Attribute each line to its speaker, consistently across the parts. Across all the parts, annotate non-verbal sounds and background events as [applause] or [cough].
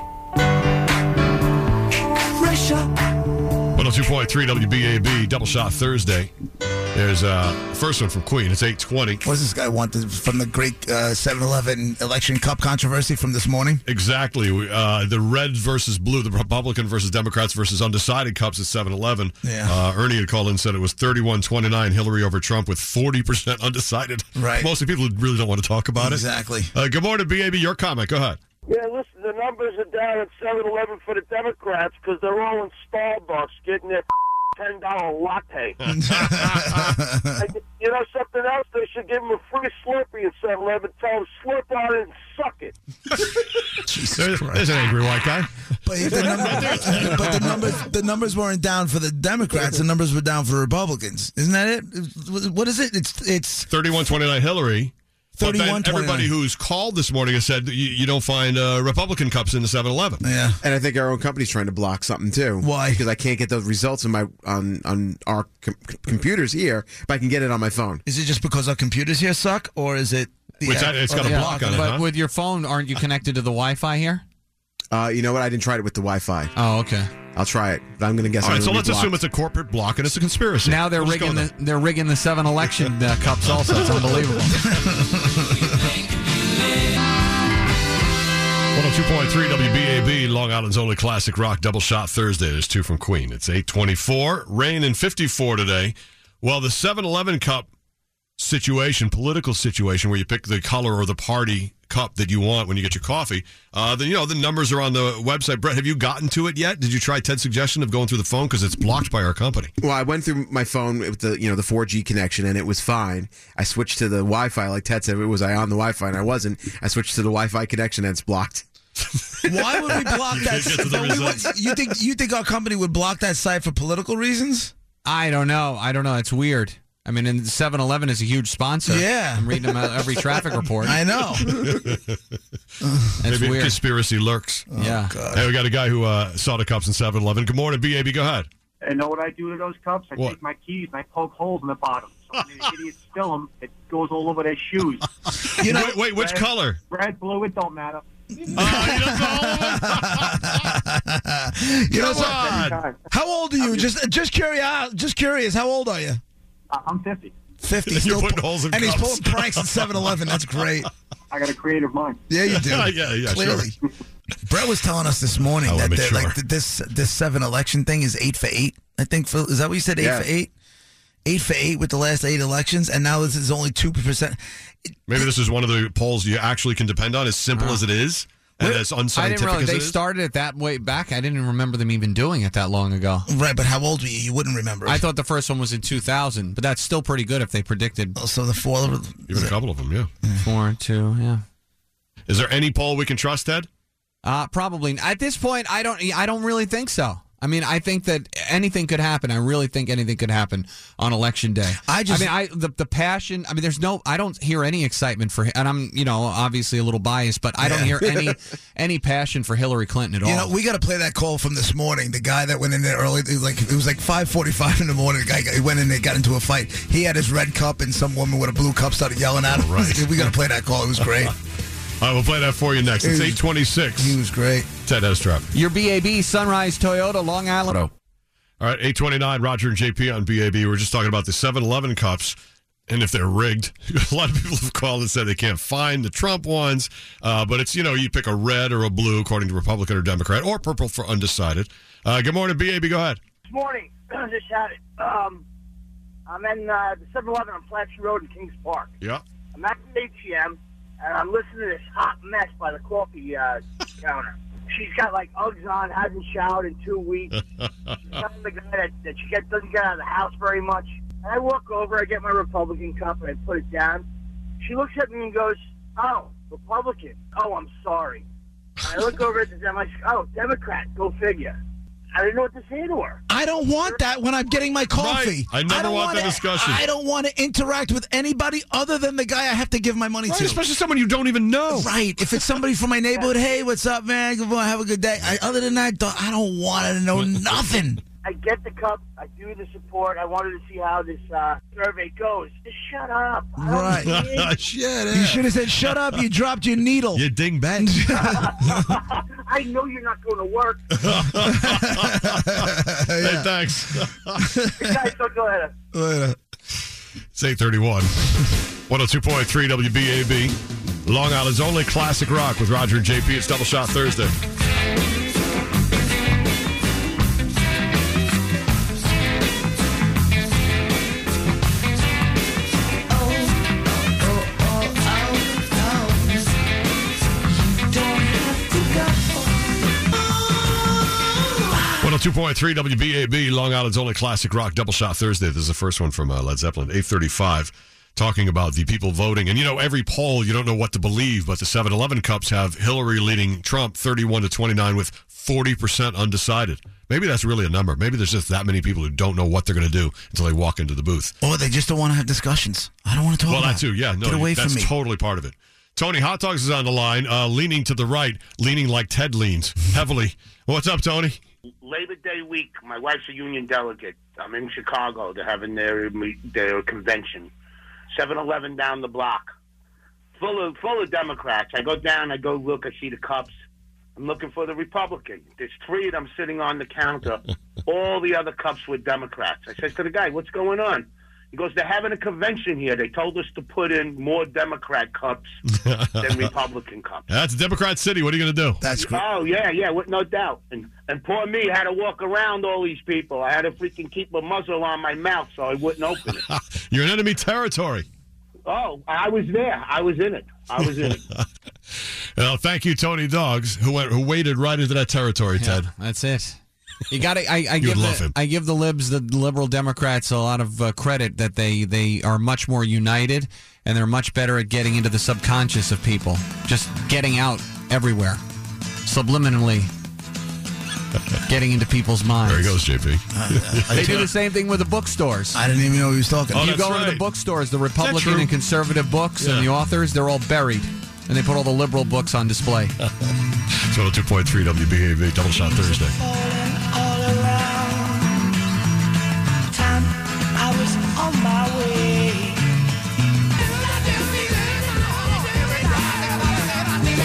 Speaker 1: oh 102.3 WBAB, Double Shot Thursday. There's uh first one from Queen. It's 820.
Speaker 2: What does this guy want this, from the great 7 Eleven election cup controversy from this morning?
Speaker 1: Exactly. We- Uh, the red versus blue, the Republican versus Democrats versus undecided cups at 7 Eleven.
Speaker 2: Yeah.
Speaker 1: Uh, Ernie had called in and said it was 31 29 Hillary over Trump with 40% undecided.
Speaker 2: Right.
Speaker 1: Mostly people who really don't want to talk about
Speaker 2: Exactly.
Speaker 1: it. Uh, good morning, BAB. Your comment. Go ahead.
Speaker 3: Yeah, listen, the numbers are down at 7 Eleven for the Democrats because they're all in Starbucks getting their [laughs] $10 latte. And you know something else? They should give them a free Slurpee at 7 Eleven. Tell them, slurp on it and suck it.
Speaker 1: There's, there's an angry white guy.
Speaker 2: But, if the number, [laughs] but the numbers the numbers weren't down for the Democrats. The numbers were down for Republicans. Isn't that it? What is it? It's it's
Speaker 1: 31 29 Hillary. But then
Speaker 2: 31-29.
Speaker 1: everybody who's called this morning has said that you, you don't find uh, Republican cups in the 7 Eleven.
Speaker 2: yeah.
Speaker 4: And I think our own company's trying to block something too.
Speaker 2: Why?
Speaker 4: Because I can't get those results on my on on our com- computers here, but I can get it on my phone.
Speaker 2: Is it just because our computers here suck, or is it? The
Speaker 1: Which that- it's got a
Speaker 5: Yeah,
Speaker 1: block on it,
Speaker 5: but
Speaker 1: huh?
Speaker 5: with your phone, aren't you connected to the Wi-Fi here?
Speaker 4: Uh, you know what? I didn't try it with the Wi-Fi.
Speaker 5: Oh, okay.
Speaker 4: I'll try it, but I'm going to guess.
Speaker 1: All right,
Speaker 4: I'm
Speaker 1: so
Speaker 4: gonna
Speaker 1: let's
Speaker 4: be
Speaker 1: assume
Speaker 4: blocked.
Speaker 1: it's a corporate block and it's a conspiracy.
Speaker 5: Now they're
Speaker 1: We'll just go
Speaker 5: rigging
Speaker 1: with
Speaker 5: the they're rigging the seven election uh, cups. Also,
Speaker 1: [laughs]
Speaker 5: it's unbelievable.
Speaker 1: 102.3 WBAB, Long Island's only classic rock double shot Thursday. There's two from Queen. It's 824, rain and 54 today. Well, the 7 Eleven Cup situation, political situation, where you pick the color or the party cup that you want when you get your coffee, uh, then, you know, the numbers are on the website. Brett, have you gotten to it yet? Did you try Ted's suggestion of going through the phone? Because it's blocked by our company.
Speaker 4: Well, I went through my phone with the you know the 4G connection and it was fine. I switched to the Wi-Fi, like Ted said. Was I on the Wi-Fi? And I wasn't. I switched to the Wi-Fi connection and it's blocked.
Speaker 2: Why would we block that?
Speaker 1: [laughs] You get to the
Speaker 2: But we would-
Speaker 1: results.
Speaker 2: you think you think our company would block that site for political reasons?
Speaker 5: I don't know. I don't know. It's weird. I mean, and 7-Eleven is a huge sponsor.
Speaker 2: Yeah.
Speaker 5: I'm reading them out every traffic
Speaker 1: [laughs]
Speaker 5: report.
Speaker 2: I know.
Speaker 5: It's
Speaker 1: Maybe Oh,
Speaker 5: weird. Oh,
Speaker 1: conspiracy lurks.
Speaker 5: yeah.
Speaker 1: Hey, we got a guy who uh, saw the cups in 7 Eleven. Good morning, BAB. Go ahead.
Speaker 3: And know what I do to those cups? I
Speaker 1: What?
Speaker 3: take my keys and I poke holes in the bottom. So when the idiots spill them, it goes all over their shoes.
Speaker 2: You know,
Speaker 1: wait, wait, which
Speaker 3: Brett-
Speaker 5: [laughs]
Speaker 1: color?
Speaker 3: Red, blue, it don't matter.
Speaker 1: Oh, you don't know all of them?
Speaker 2: you know.
Speaker 1: Come
Speaker 2: so-
Speaker 1: on.
Speaker 3: Time.
Speaker 2: How old are you? Just just curious. Just curious. How old are you?
Speaker 3: I- I'm 50.
Speaker 2: Fifty.
Speaker 1: You're
Speaker 2: still-
Speaker 1: putting holes in
Speaker 2: and he's
Speaker 1: cups.
Speaker 2: pulling pranks at 7-Eleven. That's great.
Speaker 3: I got a creative mind.
Speaker 2: Yeah, you
Speaker 1: [laughs]
Speaker 2: do.
Speaker 1: Yeah, yeah, yeah,
Speaker 2: Clearly. Brett was telling us this morning
Speaker 1: I wanna
Speaker 2: that
Speaker 1: make
Speaker 2: the,
Speaker 1: sure.
Speaker 2: like th- this this seven election thing is eight for eight. I think Phil, is that what you said? Eight
Speaker 4: Yeah.
Speaker 2: for eight. Eight for eight with the last eight elections, and now this is only two percent.
Speaker 1: Maybe this is one of the polls you actually can depend on, as simple as it is, and as
Speaker 5: Uh-huh. I didn't
Speaker 1: unscientific
Speaker 5: realize
Speaker 1: as it
Speaker 5: they
Speaker 1: is.
Speaker 5: started it that way back. I didn't remember them even doing it that long ago.
Speaker 2: Right, but how old were you? You wouldn't remember. it.
Speaker 5: I thought the first one was in 2000, but that's still pretty good if they predicted
Speaker 1: [laughs]
Speaker 2: so. The four.
Speaker 1: Even a couple of them, yeah.
Speaker 5: four, two, yeah.
Speaker 1: Is there any poll we can trust, Ted?
Speaker 5: Uh, probably at this point, I don't. I don't really think so. I mean, I think that anything could happen. I really think anything could happen on election day.
Speaker 2: I just-
Speaker 5: I mean, I the, the passion. I mean, there's no. I don't hear any excitement for. And I'm, you know, obviously a little biased, but I don't hear
Speaker 2: [laughs]
Speaker 5: any any passion for Hillary Clinton at
Speaker 1: Oh.
Speaker 2: You
Speaker 5: all.
Speaker 2: know, we got to play that call from this morning. The guy that went in there early, it was like it was like five forty-five in the morning. The guy got- he went in, they got into a fight. He had his red cup, and some woman with a blue cup started yelling at him.
Speaker 1: Right.
Speaker 2: [laughs] we got to play that call. It
Speaker 1: [laughs]
Speaker 2: was great.
Speaker 1: All right, we'll play that for you next. It's
Speaker 2: It was-
Speaker 1: eight twenty-six.
Speaker 2: he was great.
Speaker 1: Ted has traffic.
Speaker 5: Your BAB Sunrise Toyota Long Island.
Speaker 1: All right, eight twenty-nine. Roger and JP on BAB. We We're just talking about the 7-Eleven cups. And if they're rigged, [laughs] a lot of people have called and said they can't find the Trump ones. Uh, but it's, you know, you pick a red or a blue, according to Republican or Democrat, or purple for undecided. Uh, good morning, BAB. Go ahead.
Speaker 3: This morning, [clears throat] just had it. Um, I'm in uh, the 7 Eleven on Plattsy Road in Kings Park.
Speaker 1: Yeah.
Speaker 3: I'm at the ATM, and I'm listening to this hot mess by the coffee uh, [laughs] counter. She's got like Uggs on, hasn't showered in two weeks. She's telling the guy that, that she get, doesn't get out of the house very much. And I walk over, I get my Republican cup, and I put it down. She looks at me and goes, Oh, Republican. Oh, I'm sorry. And I look over at the Dem. I say, Oh, Democrat. Go figure. I didn't know what to say to her.
Speaker 2: I don't want that when I'm getting my coffee.
Speaker 1: I never
Speaker 2: don't
Speaker 1: want
Speaker 2: wanna-
Speaker 1: the discussion.
Speaker 2: I don't want to interact with anybody other than the guy I have to give my money
Speaker 1: Right,
Speaker 2: to.
Speaker 1: especially someone you don't even know.
Speaker 2: Right. If it's somebody from
Speaker 1: [laughs] [laughs]
Speaker 2: my neighborhood, hey, what's up, man? Good boy, have a good day. I, other than that, don't- I don't want to know nothing.
Speaker 3: I get the cup. I do the support. I wanted to see how this uh, survey goes. Just shut up. I don't
Speaker 2: Right.
Speaker 3: need it.
Speaker 1: Shut
Speaker 2: You
Speaker 1: up.
Speaker 2: should have said, "Shut up! You dropped your
Speaker 1: [laughs]
Speaker 2: needle."
Speaker 1: eh.
Speaker 2: [laughs]
Speaker 1: You dingbat.
Speaker 3: I know you're not going to work.
Speaker 1: Hey, thanks. [laughs]
Speaker 3: You guys don't go ahead.
Speaker 2: Later.
Speaker 1: It's 831. 102.3 WBAB. Long Island's only classic rock with Roger and JP. It's Double Shot Thursday. One hundred two point three WBAB, Long Island's only classic rock double shot Thursday. This is the first one from uh, Led Zeppelin, eight thirty-five, talking about the people voting. And you know, every poll, you don't know what to believe, but the 7-Eleven cups have Hillary leading Trump thirty-one to twenty-nine with forty percent undecided. Maybe that's really a number. Maybe there's just that many people who don't know what they're going to do until they walk into the booth.
Speaker 2: Or they just don't want to have discussions. I don't want to talk.
Speaker 1: Well,
Speaker 2: about
Speaker 1: that too. Yeah,
Speaker 2: it.
Speaker 1: no,
Speaker 2: get away
Speaker 1: that's
Speaker 2: from me.
Speaker 1: totally part of it. Tony Hot Dogs is on the line, uh, leaning to the right, leaning like Ted leans heavily. What's up, Tony?
Speaker 6: Labor Day week, my wife's a union delegate. I'm in Chicago. They're having their meet- their convention. 7-Eleven down the block, full of full of Democrats. I go down. I go look. I see the cups. I'm looking for the Republican. There's three of them sitting on the counter. All the other cups were Democrats. I says to the guy, "What's going on?" He goes, "They're having a convention here. They told us to put in more Democrat cups than Republican cups."
Speaker 1: That's Democrat City. What are you going to do?
Speaker 2: That's great.
Speaker 6: Oh yeah, yeah, with no doubt. And and poor me had to walk around all these people. I had to freaking keep a muzzle on my mouth so I wouldn't open
Speaker 2: [laughs]
Speaker 6: it.
Speaker 1: You're in enemy territory.
Speaker 6: oh, I was there. I was in it. I was
Speaker 2: [laughs]
Speaker 6: in it.
Speaker 1: Well, thank you, Tony Dogs, who went who waded right into that territory, Ted.
Speaker 5: That's it. You got to. I,
Speaker 1: [laughs]
Speaker 5: I give
Speaker 1: love
Speaker 5: the,
Speaker 1: him.
Speaker 5: I give the libs, the liberal Democrats, a lot of uh, credit that they they are much more united and they're much better at getting into the subconscious of people, just getting out everywhere,
Speaker 1: [laughs]
Speaker 5: subliminally, getting into people's minds.
Speaker 1: There he goes, JP.
Speaker 5: They do the same thing with the bookstores.
Speaker 2: I didn't even know he was talking.
Speaker 1: Oh,
Speaker 5: you
Speaker 1: that's
Speaker 5: go into
Speaker 1: right.
Speaker 5: the bookstores, the
Speaker 1: true?
Speaker 5: Republican and conservative books
Speaker 1: Yeah.
Speaker 5: and the authors, they're all buried, and they put all the liberal books on
Speaker 1: [laughs]
Speaker 5: display.
Speaker 1: It's 102.3 WBAV, Double Shot Thursday.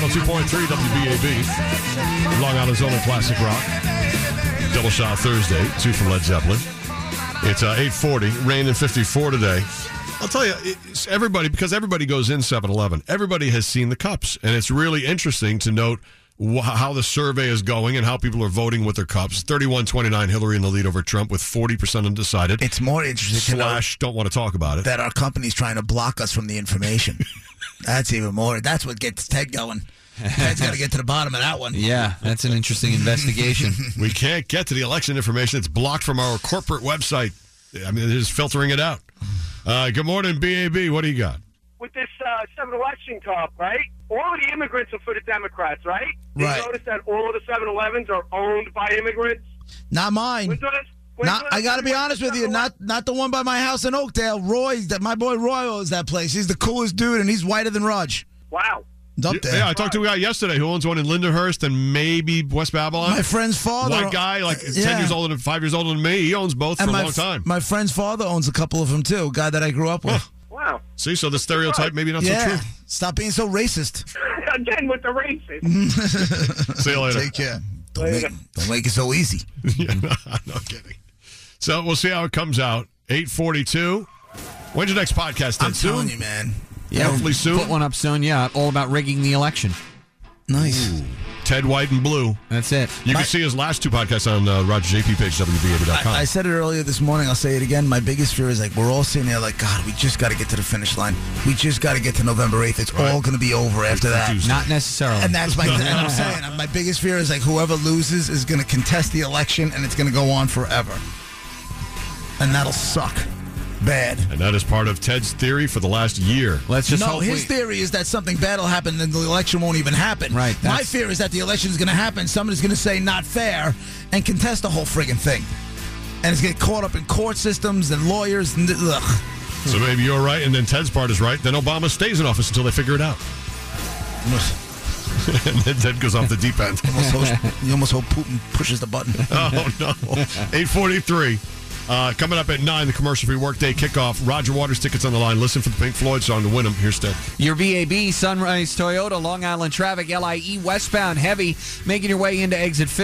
Speaker 7: One
Speaker 1: 102.3 WBAB, Long Island's only classic rock. Double Shot Thursday, two from Led Zeppelin. It's uh, 8.40, rain and 54 today. I'll tell you, it's everybody, because everybody goes in 7-Eleven, everybody has seen the cups. And it's really interesting to note wh- how the survey is going and how people are voting with their cups. 31-29 Hillary in the lead over Trump with 40% undecided.
Speaker 2: It's more interesting to know
Speaker 1: slash don't want to talk about it.
Speaker 2: that our company's trying to block us from the information.
Speaker 1: [laughs]
Speaker 2: That's even more. That's what gets Ted going. Ted's got to get to the bottom of that one.
Speaker 5: Yeah, that's an interesting investigation.
Speaker 1: we can't get to the election information. It's blocked from our corporate website. I mean, they're just filtering it out. Uh, good morning, BAB. What do you got?
Speaker 8: with this uh, seven election cup, right? All of the immigrants are for the Democrats, right? Did
Speaker 2: Right.
Speaker 8: You notice that all of the 7-Elevens are owned by immigrants.
Speaker 2: Not mine.
Speaker 8: When's the last- when's
Speaker 2: Not,
Speaker 8: the last
Speaker 2: I got to
Speaker 8: time
Speaker 2: be
Speaker 8: you went
Speaker 2: honest with you.
Speaker 8: 7-Eleven?
Speaker 2: Not not the one by my house in Oakdale. Roy's that my boy Roy owns that place. He's the coolest dude, and he's whiter than Raj.
Speaker 8: wow.
Speaker 2: He's up there.
Speaker 1: Yeah, I talked to a guy yesterday who owns one in Lindenhurst and maybe West Babylon.
Speaker 2: my friend's father.
Speaker 1: White guy, like
Speaker 2: Yeah.
Speaker 1: ten years older, than five years older than me. He owns both for
Speaker 2: And
Speaker 1: a
Speaker 2: my,
Speaker 1: long time.
Speaker 2: my friend's father owns a couple of them too. A guy that I grew up with.
Speaker 8: Wow. [laughs]
Speaker 1: See, so the stereotype maybe not
Speaker 2: yeah.
Speaker 1: so true.
Speaker 2: Stop being so racist.
Speaker 8: Again with the racists.
Speaker 2: [laughs]
Speaker 1: See you later. [laughs]
Speaker 2: Take care. Don't make, don't make it so easy.
Speaker 1: yeah, no, no kidding. So we'll see how it comes out. Eight forty-two. When's your next podcast? Ted?
Speaker 2: I'm
Speaker 1: Soon?
Speaker 2: telling you, man.
Speaker 5: Yeah,
Speaker 1: Hopefully soon.
Speaker 5: Put one up soon. Yeah, all about rigging the election.
Speaker 2: Nice.
Speaker 1: Ted White and Blue.
Speaker 5: That's it.
Speaker 1: You
Speaker 2: My-
Speaker 1: can see his last two podcasts on uh, Roger JP page, WBAB.com.
Speaker 2: I, I said it earlier this morning. I'll say it again. My biggest fear is like we're all sitting there like, God, we just got to get to the finish line. We just got to get to November 8th. It's all going to be over after that.
Speaker 1: Tuesday.
Speaker 5: Not necessarily.
Speaker 2: And that's my. and I'm saying my biggest fear is like whoever loses is going to contest the election and it's going to go on forever, and that'll suck, bad.
Speaker 1: And that is part of Ted's theory for the last year.
Speaker 5: Let's just
Speaker 2: no,
Speaker 5: hope
Speaker 2: his
Speaker 5: we-
Speaker 2: theory is that something bad will happen and the election won't even happen.
Speaker 5: Right,
Speaker 2: My
Speaker 5: that's-
Speaker 2: fear is that the election is going to happen. Somebody's going to say not fair and contest the whole friggin' thing. And it's going to get caught up in court systems and lawyers and ugh.
Speaker 1: So maybe you're right, and then Ted's part is right. Then Obama stays in office until they figure it out. [laughs] and then Ted goes off the deep
Speaker 2: [laughs]
Speaker 1: end.
Speaker 2: Almost hope, you almost hope Putin pushes the button.
Speaker 1: Oh no. 843. Uh, coming up at 9, the commercial-free workday kickoff. Roger Waters tickets on the line. Listen for the Pink Floyd song to win them. Here's Ted.
Speaker 5: Your BAB Sunrise Toyota Long Island traffic LIE westbound heavy E, making your way into exit 50.